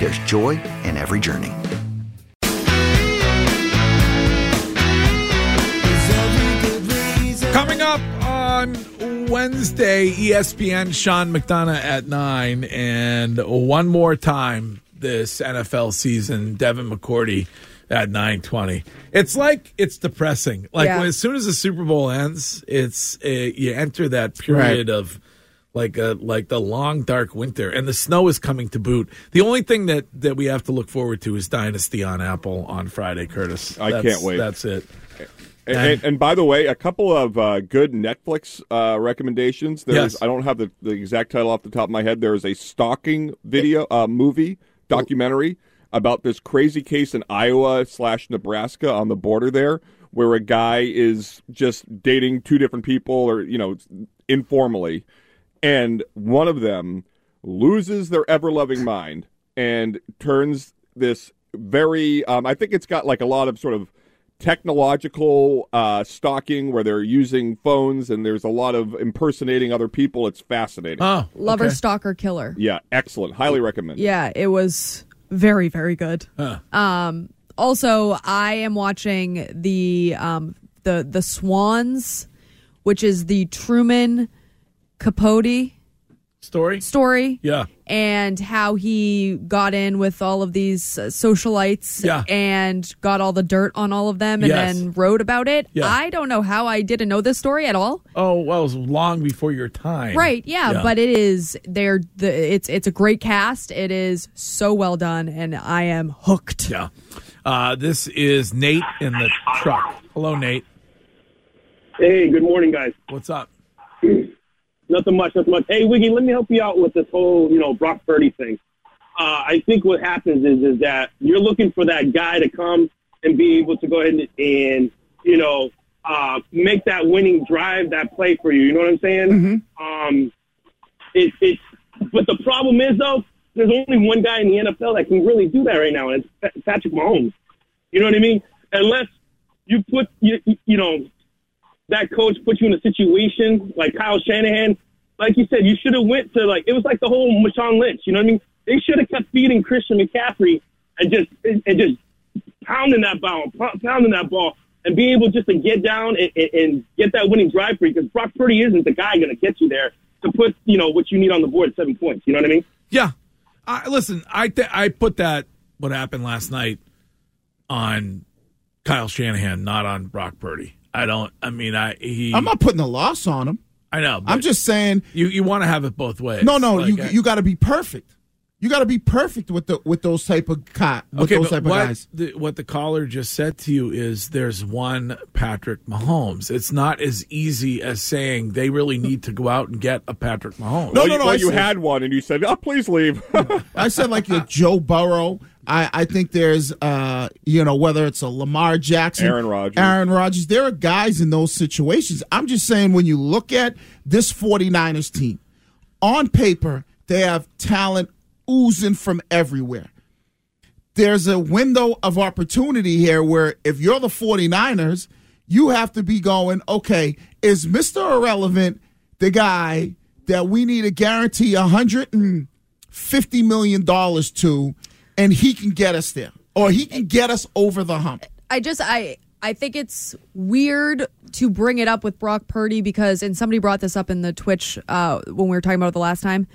there's joy in every journey. Coming up on Wednesday, E ESPN Sean McDonough at 9, and one more time this NFL season, Devin McCourty at 9:20. It's like it's depressing. Like yeah. when, as soon as the Super Bowl ends, it's uh, you enter that period right. of like a, like the long dark winter and the snow is coming to boot. The only thing that that we have to look forward to is Dynasty on Apple on Friday, Curtis. I that's, can't wait. That's it. And, and, and, by the way, a couple of uh, good Netflix uh, recommendations. There's yes. I don't have the, the, exact title off the top of my head. There is a stalking video uh, movie documentary about this crazy case in Iowa slash Nebraska on the border there, where a guy is just dating two different people or, you know, informally. And one of them loses their ever loving mind and turns this very, um, I think it's got like a lot of sort of technological uh, stalking where they're using phones and there's a lot of impersonating other people. It's fascinating. Oh, okay. Lover, stalker, killer. Yeah, excellent. Highly recommend. Yeah, it was very very good huh. um also i am watching the um the the swans which is the truman capote story story yeah and how he got in with all of these uh, socialites yeah. and got all the dirt on all of them and Yes. then wrote about it Yeah. i don't know how i didn't know this story at all Oh well, it was long before your time. Right, yeah, but it is they're the it's it's a great cast. It is so well done and I am hooked. yeah. Uh, this is Nate in the truck. Hello, Nate. Hey, good morning, guys. What's up? Nothing much, nothing much. Hey, Wiggy, let me help you out with this whole, you know, Brock Purdy thing. Uh, I think what happens is is that you're looking for that guy to come and be able to go ahead and, and you know, uh, make that winning drive, that play for you. You know what I'm saying? Um, it, it's, but the problem is though, there's only one guy in the NFL that can really do that right now, and it's Pa- Patrick Mahomes. You know what I mean? Unless you put, you, you know, that coach put you in a situation like Kyle Shanahan. Like you said, you should have went to like it was like the whole Marshawn Lynch. You know what I mean? They should have kept feeding Christian McCaffrey and just and and just pounding that ball, pou- pounding that ball, and being able just to get down and, and, and get that winning drive for you. Because Brock Purdy isn't the guy going to get you there to put you know what you need on the board at seven points. You know what I mean? Yeah. I, listen, I th- I put that what happened last night on Kyle Shanahan, not on Brock Purdy. I don't. I mean, I he. I'm not putting a loss on him. I know. but I'm just saying, You you want to have it both ways? no, no, Like, you I- you got to be perfect. You got to be perfect with the with those type of co- with those type of what, guys. The, what the caller just said to you is there's one Patrick Mahomes. It's not as easy as saying they really need to go out and get a Patrick No, Mahomes. Well, no, you- no, well, I you see. had one and you said, oh, please leave. I said like your Joe Burrow. I, I think there's uh you know whether it's a Lamar Jackson, Aaron Rodgers. Aaron Rodgers. There are guys in those situations. I'm just saying when you look at this 49ers team, on paper they have talent oozing from everywhere. there's a window of opportunity here where if you're the 49ers, you have to be going, okay, is Mr. Irrelevant the guy that we need to guarantee $150 million to and he can get us there or he can get us over the hump? I just I I think it's weird to bring it up with Brock Purdy because and somebody brought this up in the Twitch uh, when we were talking about it the last time.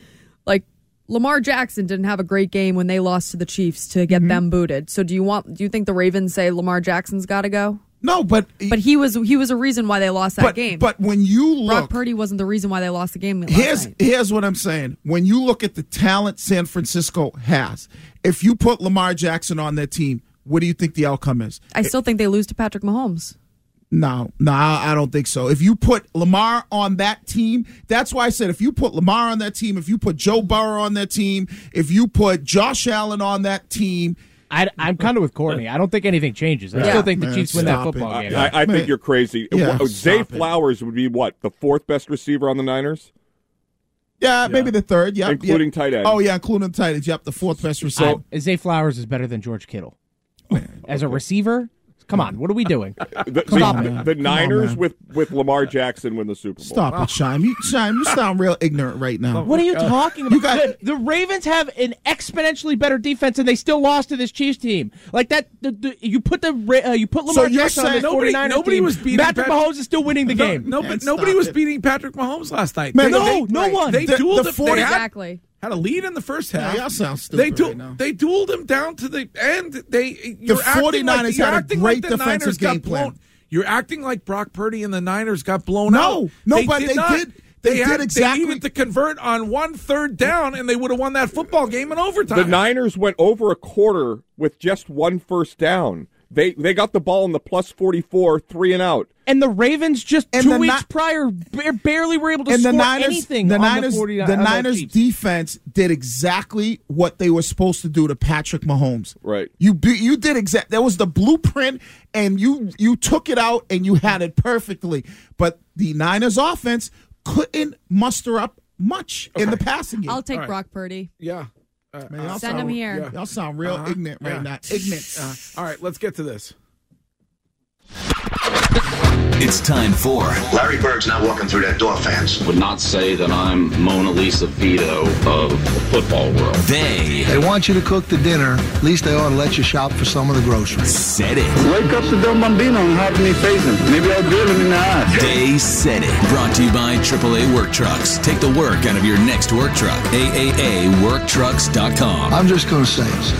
Like Lamar Jackson didn't have a great game when they lost to the Chiefs to get them booted. So do you want do you think the Ravens say Lamar Jackson's got to go? No, but But he was he was a reason why they lost that but, game. but when you Brock look Purdy wasn't the reason why they lost the game. Last Here's night. here's what I'm saying. When you look at the talent San Francisco has, if you put Lamar Jackson on their team, what do you think the outcome is? I still think they lose to Patrick Mahomes. No, no, I I don't think so. If you put Lamar on that team, that's why I said if you put Lamar on that team, if you put Joe Burrow on that team, if you put Josh Allen on that team, I, am kind of with Courtney. I don't think anything changes. I still think the Man, Chiefs win that stop it. football game. I, I think you're crazy. Yeah, Wa- Zay stop it. Flowers would be what the fourth best receiver on the Niners, yeah, maybe the third, yeah, including yeah. tight end. Oh yeah, including tight ends. Yep, the fourth best receiver. I- Zay Flowers is better than George Kittle as a receiver. Come on, what are we doing? the, the- Stop the- it. the Come on, Niners man. with with Lamar Jackson win the Super Bowl. Stop it, Shime. You, Shime, you sound real ignorant right now. What are Oh you talking about? guys- the, the Ravens have an exponentially better defense, and they still lost to this Chiefs team. Like that, the, the, you put the Ra- uh, you put Lamar you're Jackson on saying this nobody- 49er nobody team. was beating Patrick Pat- Mahomes is still winning the game. No, Man, but nobody stop was it. beating Patrick Mahomes last night. Man, no, no one. They The- dueled the him. They 40 had- Exactly. had a lead in the first half. y'all sound They stupid right now. they dueled him down to the end. They you're acting like, 49ers you're had a acting great like the defensive Niners got game plan. blown. You're acting like Brock Purdy and the Niners got blown No, out. no, but they not. did- they did had, exactly- They needed to convert on one third down, and they would have won that football game in overtime. The Niners went over a quarter with just one first down. They they got the ball in the plus forty four, three and out. And the Ravens just And two the weeks Ni- prior ba- barely were able to score anything the on Niners, the 49 the on the Niners Chiefs. defense did exactly what they were supposed to do to Patrick Mahomes. Right. You be- you did exact. That was the blueprint, and you you took it out and you had it perfectly. But the Niners offense couldn't muster up much in the passing game. I'll take All right. Brock Purdy. yeah. Uh, Man, y'all Send sound- him here. yeah. Y'all sound real Uh-huh. ignorant right Yeah. now. Ignorant. uh, all right, let's get to this. It's time for Larry Bird's not walking through that door, fans. would not say that I'm Mona Lisa Vito of the football world. They They want you to cook the dinner. At least they ought to let you shop for some of the groceries. Said It. Wake up the Del Bambino and have me facing. Maybe I'll drill him in the eye. They Said It. Brought to you by AAA Work Trucks. Take the work out of your next work truck. AAAWorkTrucks.com. I'm just going to say this.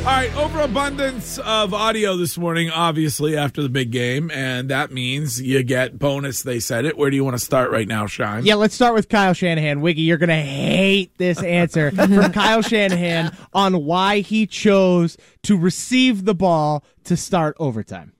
All right, overabundance of audio this morning, obviously, after the big game, and that means you get bonus, they said it. Where do you want to start right now, Shine? Yeah, let's start with Kyle Shanahan. Wiggy, you're going to hate this answer from Kyle Shanahan on why he chose to receive the ball to start overtime.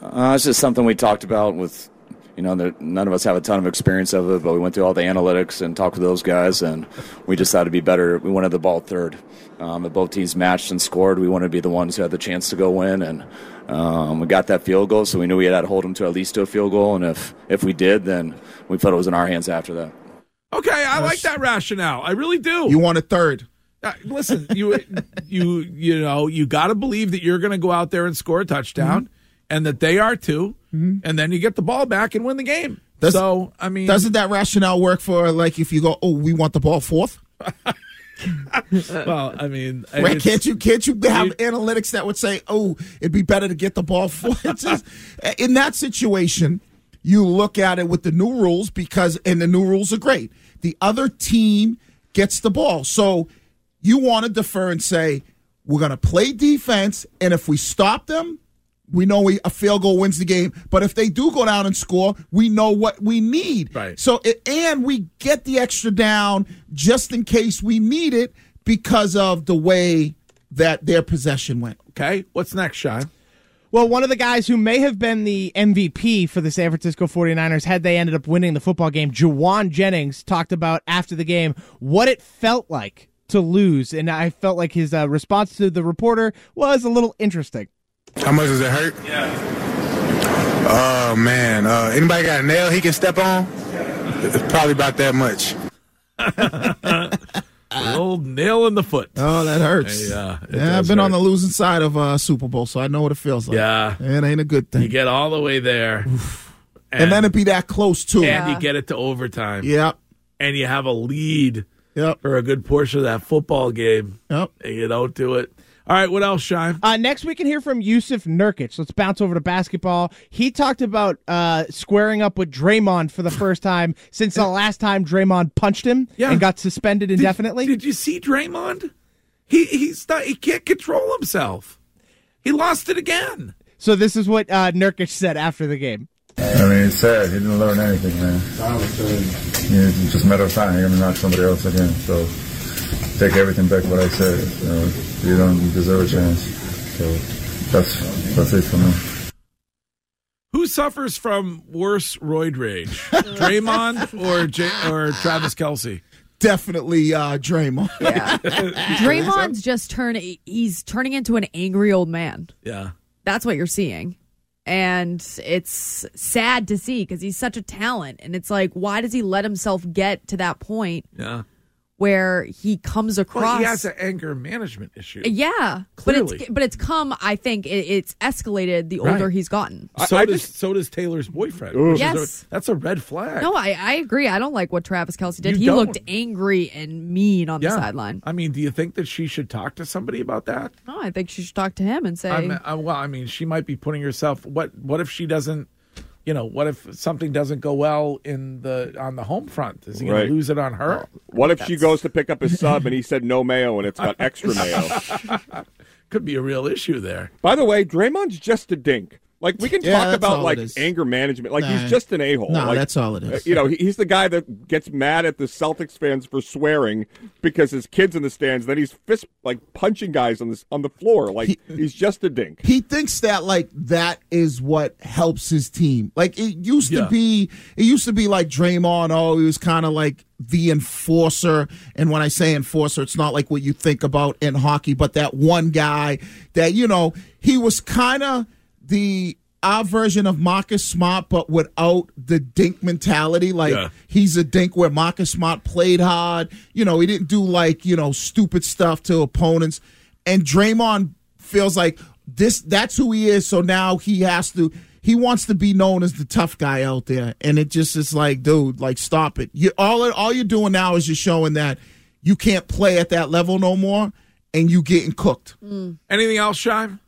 Uh, it's just something we talked about with, you know, there, none of us have a ton of experience of it, but we went through all the analytics and talked with those guys, and we just thought it'd be better. We wanted the ball third. Um, if both teams matched and scored, we wanted to be the ones who had the chance to go win, and um, we got that field goal, so we knew we had to hold them to at least to a field goal, and if, if we did, then we felt it was in our hands after that. Okay, I like that rationale. I really do. You want a third. Uh, listen, you you you know you got to believe that you're going to go out there and score a touchdown, Mm-hmm. and that they are too, and then you get the ball back and win the game. Does- so I mean, Doesn't that rationale work for like if you go, oh, we want the ball fourth? well, I mean, Right? it's- Can't you can't you have analytics that would say, "Oh, it'd be better to get the ball for it's just, in that situation, you look at it with the new rules because and the new rules are great. The other team gets the ball. So you want to defer and say, "We're going to play defense and if we stop them, we know we, a field goal wins the game, but if they do go down and score, we know what we need. Right. So it, and we get the extra um, down just in case we need it because of the way that their possession went. okay. What's next, Sean? Well, one of the guys who may have been the MVP for the San Francisco 49ers had they ended up winning the football game, Jawan Jennings talked about after the game what it felt like to lose. And I felt like his uh, response to the reporter was a little interesting. How much does it hurt? Yeah. Oh man, uh, anybody got a nail he can step on? It's probably about that much. The old nail in the foot. Oh, that hurts. I, uh, yeah, it I've does been hurt. on the losing side of uh, Super Bowl, so I know what it feels like. Yeah. it ain't a good thing. You get all the way there, and, and, then it be that close too. and you get it to overtime. Yep. and you have a lead. Yep. for a good portion of that football game. Yep, and you don't do it. All right, what else, Shine? Uh, next, we can hear from Yusuf Nurkic. Let's bounce over to basketball. He talked about uh, squaring up with Draymond for the first time since the last time Draymond punched him Yeah. and got suspended indefinitely. Did you see Draymond? He he's not. He can't control himself. He lost it again. So this is what uh, Nurkic said after the game. I mean, it's sad. He didn't learn anything, man. Yeah, it's just a matter of time. You're gonna knock somebody else again. So take everything back what I said. You, know, you don't deserve a chance. So that's that's it for me. Who suffers from worse roid rage, Draymond or J- or Travis Kelsey? Definitely uh, Draymond. Draymond's just turned, he's turning into an angry old man. Yeah. That's what you're seeing. And it's sad to see because he's such a talent. And it's like, why does he let himself get to that point Yeah. where he comes across? Well, he has an anger management issue. Yeah, but Clearly. it's but it's come. I think it, it's escalated the Right. Oh, older he's gotten. So does so does Taylor's boyfriend. Ooh. which is a- Yes. that's a red flag. no, I, I agree. I don't like what Travis Kelsey did. You he don't. looked angry and mean on Yeah. the sideline. I mean, do you think that she should talk to somebody about that? No, I think she should talk to him and say, I'm, I, well, I mean, she might be putting herself. What What if she doesn't? You know, what if something doesn't go well in the on the home front? Is he going Right. to lose it on her? What if she goes to pick up his sub and he said no mayo and it's got extra mayo? Could be a real issue there. By the way, Draymond's just a dink. Like we can Yeah, talk that's all about it like is. anger management. Like Nah. he's just an a hole. Nah, like, that's all it is. uh, You know, he- he's the guy that gets mad at the Celtics fans for swearing because his kids in the stands. Then he's fist like punching guys on this on the floor. Like he's just a dink. He thinks that like that is what helps his team. Like it used Yeah. to be, it used to be like Draymond. Oh, he was kind of like the enforcer. And when I say enforcer, it's not like what you think about in hockey, but that one guy that you know he was kind of the our version of Marcus Smart, but without the dink mentality. Like Yeah. he's a dink where Marcus Smart played hard. You know, he didn't do like, you know, stupid stuff to opponents. And Draymond feels like this that's who he is, so now he has to he wants to be known as the tough guy out there. And it just is like, dude, like stop it. You all all you're doing now is you're showing that you can't play at that level no more and you getting cooked. Anything else, Shime?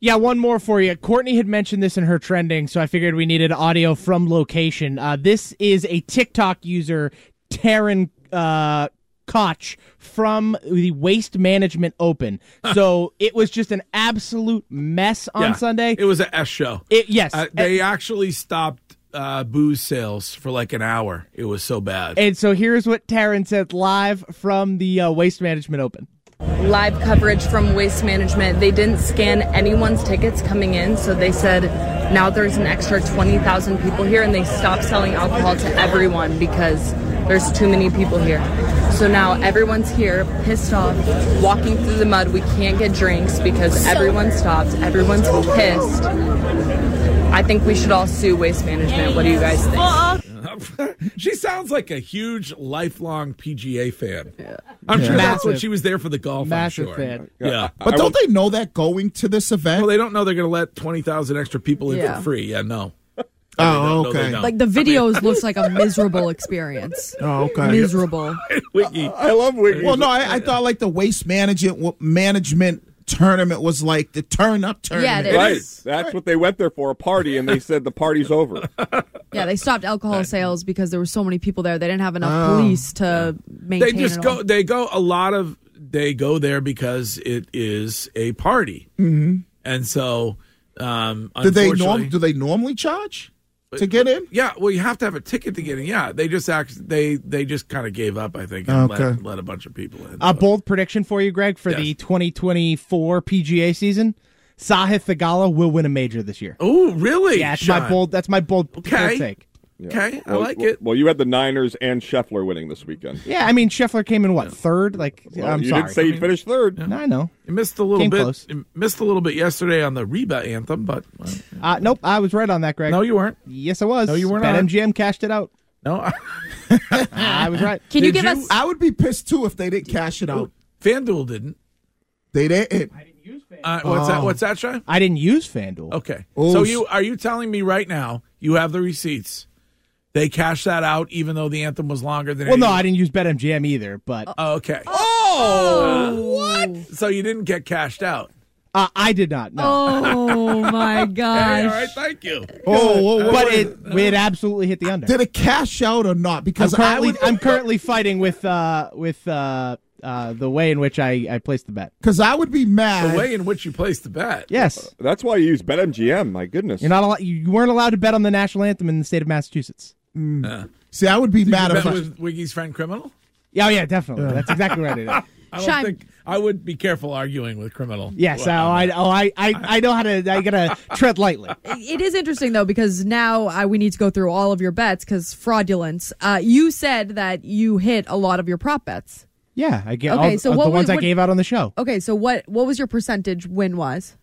Yeah, one more for you. Courtney had mentioned this in her trending, so I figured we needed audio from location. Uh, this is a TikTok user, Taryn uh, Koch, from the Waste Management Open. so it was just an absolute mess on Yeah. Sunday. It was an S show. It- yes. Uh, they actually stopped uh, booze sales for like an hour. It was so bad. And so here's what Taryn said live from the uh, Waste Management Open. live coverage from Waste Management. They didn't scan anyone's tickets coming in, so they said now there's an extra 20,000 people here, and they stopped selling alcohol to everyone because there's too many people here. So now everyone's here, pissed off, walking through the mud. We can't get drinks because everyone stopped. Everyone's pissed. I think we should all sue Waste Management. What do you guys think? she sounds like a huge lifelong PGA fan. I'm Yeah. sure that's what Massive. she was there for the golf. Massive I'm sure. fan. Yeah, But don't they know that going to this event? Well, they don't know they're going to let twenty thousand extra people in Yeah. for free. Yeah, no. Oh, No, they okay. don't. like the videos looks like a miserable experience. Oh, okay. Miserable. Wiggy. I love Wiggy. Well, no, I, I thought like the waste management management tournament was like the turn up tournament. right. That's what they went there for a party, and they said the party's over. Yeah, they stopped alcohol sales because there were so many people there. They didn't have enough Oh. police to maintain. they just it all. go. They go a lot of. They go there because it is a party, Mhm. and so. Um, Do they unfortunately- norm? Do they normally charge to get in? Yeah, well, you have to have a ticket to get in. Yeah, they just act. They they just kind of gave up. I think and Okay. let, let a bunch of people in. Uh, A bold prediction for you, Greg, for Yes. the 2024 PGA season. Sahith Thagala will win a major this year. Oh, really? Yeah, that's my Sean? bold. That's my bold, bold take. Okay, I like it. Well, you had the Niners and Scheffler winning this weekend. Yeah, I mean Scheffler came in what third? Like Well, I'm you sorry, didn't say he finished third. No, I know. You missed a little Came bit. close. you Missed a little bit yesterday on the Reba anthem, but well, Uh, nope, I was right on that, Greg. No, you weren't. Yes, I was. No, you weren't on. BetMGM cashed it out. No, I was right. Can you Did give you- us- I would be pissed too if they didn't cash it out. FanDuel didn't. They didn't. Uh, what's that? Oh. What's that, Sean? I didn't use FanDuel. Okay. Oh, so s- you are you telling me right now you have the receipts? They cashed that out, even though the anthem was longer than. Well, it no, usually- I didn't use BetMGM E either, but Oh, okay. Oh, what? So you didn't get cashed out. uh, I did not. No. Oh my Hey, all gosh. right, thank you. Oh, whoa, whoa, but wait. it we Uh, had absolutely hit the under. Did it cash out or not? Because I'm currently, I would, I'm currently fighting with uh, with uh, uh, the way in which I, I placed the bet. Because I would be mad. The way in which you placed the bet. Yes, Uh, That's why you use BetMGM. My goodness. you're not allowed. You weren't allowed to bet on the national anthem in the state of Massachusetts. Uh, See, I would be did you mad bet if I, with Wiggy's friend criminal. Yeah, oh, yeah, definitely. That's exactly right. It is. I don't Sean- think I would be careful arguing with criminal. Yes, Well, oh, I, oh, I, I, I know how to. I gotta tread lightly. It is interesting though because now uh, we need to go through all of your bets because fraudulence. Uh, you said that you hit a lot of your prop bets. Yeah, I get Okay, all, so all what the we- ones I what- gave out on the show. Okay, so what what was your percentage win wise?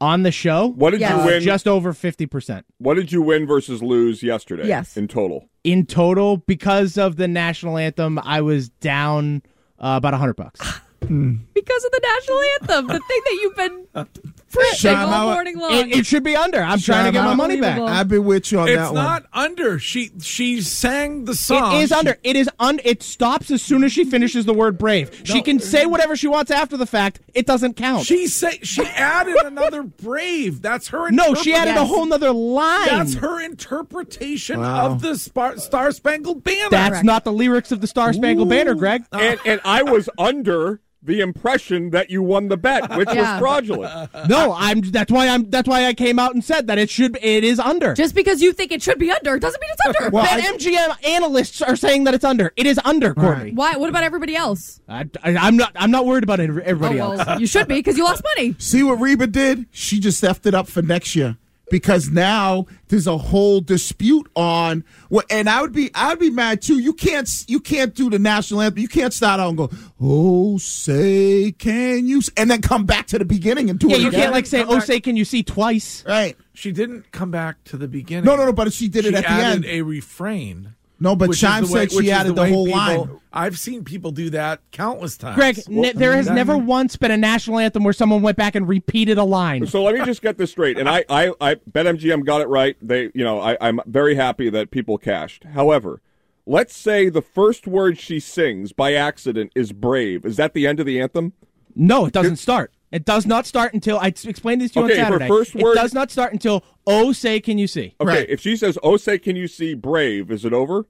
On the show, What did Yes. you win? just over fifty percent what did you win versus lose yesterday? Yes. In total. in total because of the national anthem. I was down uh, about hundred bucks. Because of the national anthem, the thing that you've been preaching Sean, all I- morning long. It, it should be under. I'm trying to Sean, get my I- money back. Unbelievable. I've been with you on It's that not under. She she sang the song. It is under. It is un. It stops as soon as she finishes the word brave. She can say whatever she wants after the fact. It doesn't count. She say she added another brave. That's her. no, Oh, she added a interpretation. whole nother line. That's her interpretation Wow. of the Spar- Star Spangled Banner. That's not the lyrics of the Star Spangled Banner, Greg. Ah. And, and I was under the impression that you won the bet, which Yeah. was fraudulent. No, I'm. That's why I'm. That's why I came out and said that it should. It is under. Just because you think it should be under doesn't mean it's under. well, MGM analysts are saying that it's under. It is under, Courtney. Why? What about everybody else? I, I, am not. I'm not worried about every- Oh, everybody else. well, you should be because you lost money. See what Reba did? She just effed it up for next year because now there's a whole dispute on what. And I would be, I would be mad too. You can't, you can't do the national anthem. You can't start out and go, "Oh, say can you?" s-" and then come back to the beginning and do Yeah, it. you again. can't like say, "Oh, say, can you see twice?" right. She didn't come back to the beginning. No, no, no. But she did she it at the added end. a refrain. no, but which is Chime the way- said which she is added the, way whole people- line. I've seen people do that countless times. Greg, ne- there has that- never once been a national anthem where someone went back and repeated a line. So let me just get this straight. And I, I, I bet MGM got it right. They, you know, I, I'm very happy that people cashed. However, let's say the first word she sings by accident is brave. Is that the end of the anthem? No, it doesn't start. It does not start until I explained this to you Okay, on her Saturday. first it word- does not start until "Oh, say, can you see?" Okay. Right. If she says, "Oh, say, can you see brave?" Is it over?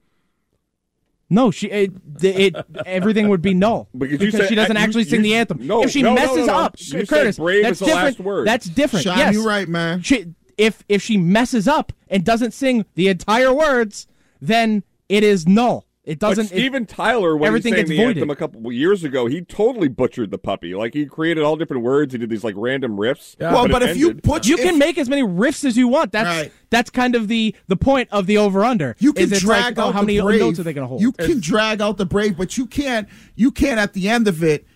No, she it, th- it everything would be null Because you said- she doesn't you- actually sing you- the anthem. no, if she no, no, messes no. up, You said Curtis, brave that's is the different. last word. That's different. Sean, yes, you right, man. She, if if she messes up and doesn't sing the entire words, then it is null. It But doesn't. it- Steven Tyler, when he everything sang gets the voided. anthem a couple years ago, he totally butchered the puppy. Like he created all different words. He did these like random riffs. Well, but, it if you ended- put, you if- can make as many riffs as you want. That's Right. that's kind of the the point of the over under. You can it's drag like, oh, out how the many brave. notes are they going to hold? You can drag out the brave, but you can't. You can't at the end of it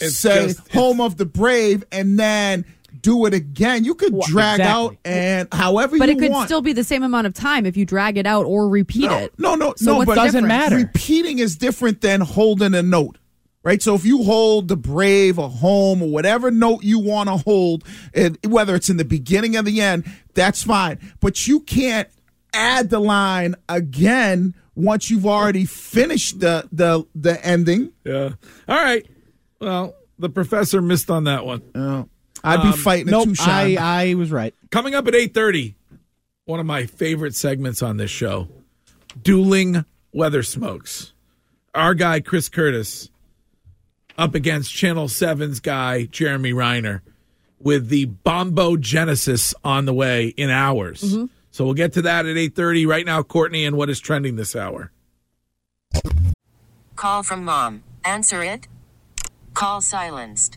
It's say just- it's- "home of the brave" and then do it again. You could drag out exactly. and however But you it could want. still be the same amount of time if you drag it out or repeat no, it. no, no, So no. what's But the Doesn't difference? matter. Repeating is different than holding a note. Right, so if you hold the brave or home or whatever note you want to hold, and whether it's in the beginning or the end, that's fine. But you can't add the line again once you've already finished the the the ending. Yeah. All right. Well, the professor missed on that one. Um, I'd be fighting nope, a two shot. I I was right. Coming up at 8:30, one of my favorite segments on this show, dueling weather smokes. Our guy Chris Curtis up against Channel 7's guy Jeremy Reiner with the Bombo Genesis on the way in hours. Mm-hmm. So we'll get to that at 8:30 right now Courtney and what is trending this hour. Call from mom. Answer it. Call silenced.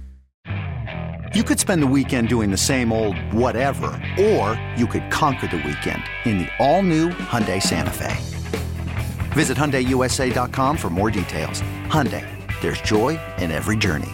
You could spend the weekend doing the same old whatever, or you could conquer the weekend in the all-new Hyundai Santa Fe. Visit HyundaiUSA.com for more details. Hyundai, there's joy in every journey.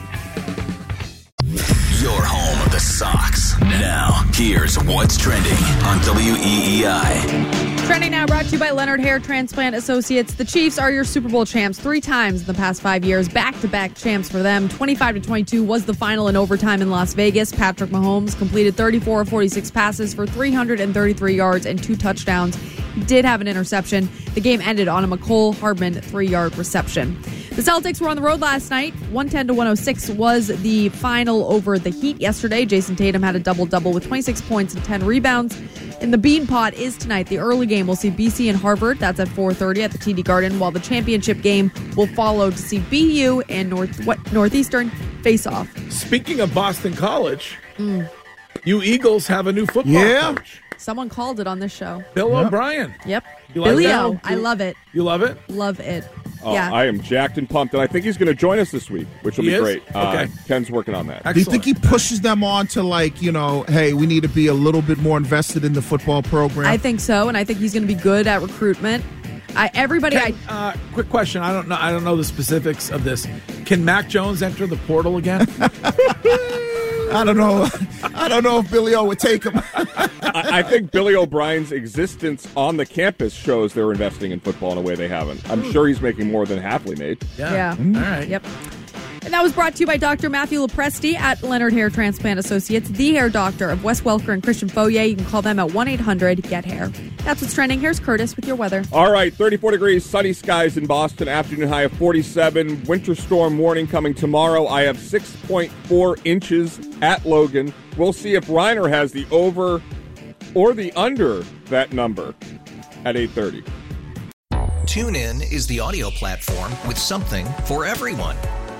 Your home of the Sox. Now, here's what's trending on E WEEI. Trending now brought to you by Leonard Hair Transplant Associates. The Chiefs are your Super Bowl champs three times in the past five years, back to back champs for them. 25 to 22 was the final in overtime in Las Vegas. Patrick Mahomes completed 34 of 46 passes for 333 yards and two touchdowns. He did have an interception. The game ended on a McCole Hardman three yard reception. The Celtics were on the road last night. 110 to 106 was the final over the Heat yesterday. Jason Tatum had a double double with 26 points and 10 rebounds. And the Bean Pot is tonight. The early game will see BC and Harvard. That's at 4:30 at the TD Garden. While the championship game will follow to see BU and North what, Northeastern face off. Speaking of Boston College, Mm. you Eagles have a new football Yeah. coach, Someone called it on this show. Bill O'Brien. Yep. You like Billy that? O. I love it. You love it? Love it. Oh, yeah. I am jacked and pumped, and I think he's going to join us this week, which will He be is? great. Uh, Okay. Ken's working on that. Do you think he pushes them on to like you know, hey, we need to be a little bit more invested in the football program? I think so, and I think he's going to be good at recruitment. I everybody. I Uh, quick question. I don't know. I don't know the specifics of this. Can Mac Jones enter the portal again? I don't know. I don't know if Billy O would take him. I, I think Billy O'Brien's existence on the campus shows they're investing in football in a way they haven't. I'm sure he's making more than halfway made. Yeah. Mm. All right. Yep. And that was brought to you by Dr. Matthew Lepresti at Leonard Hair Transplant Associates, the hair doctor of Wes Welker and Christian Foyer. You can call them at 1 800 GET HAIR. That's what's trending. Here's Curtis with your weather. All right, 34 degrees, sunny skies in Boston, afternoon high of 47, winter storm warning coming tomorrow. I have 6.4 inches at Logan. We'll see if Reiner has the over or the under that number at 8:30. TuneIn is the audio platform with something for everyone.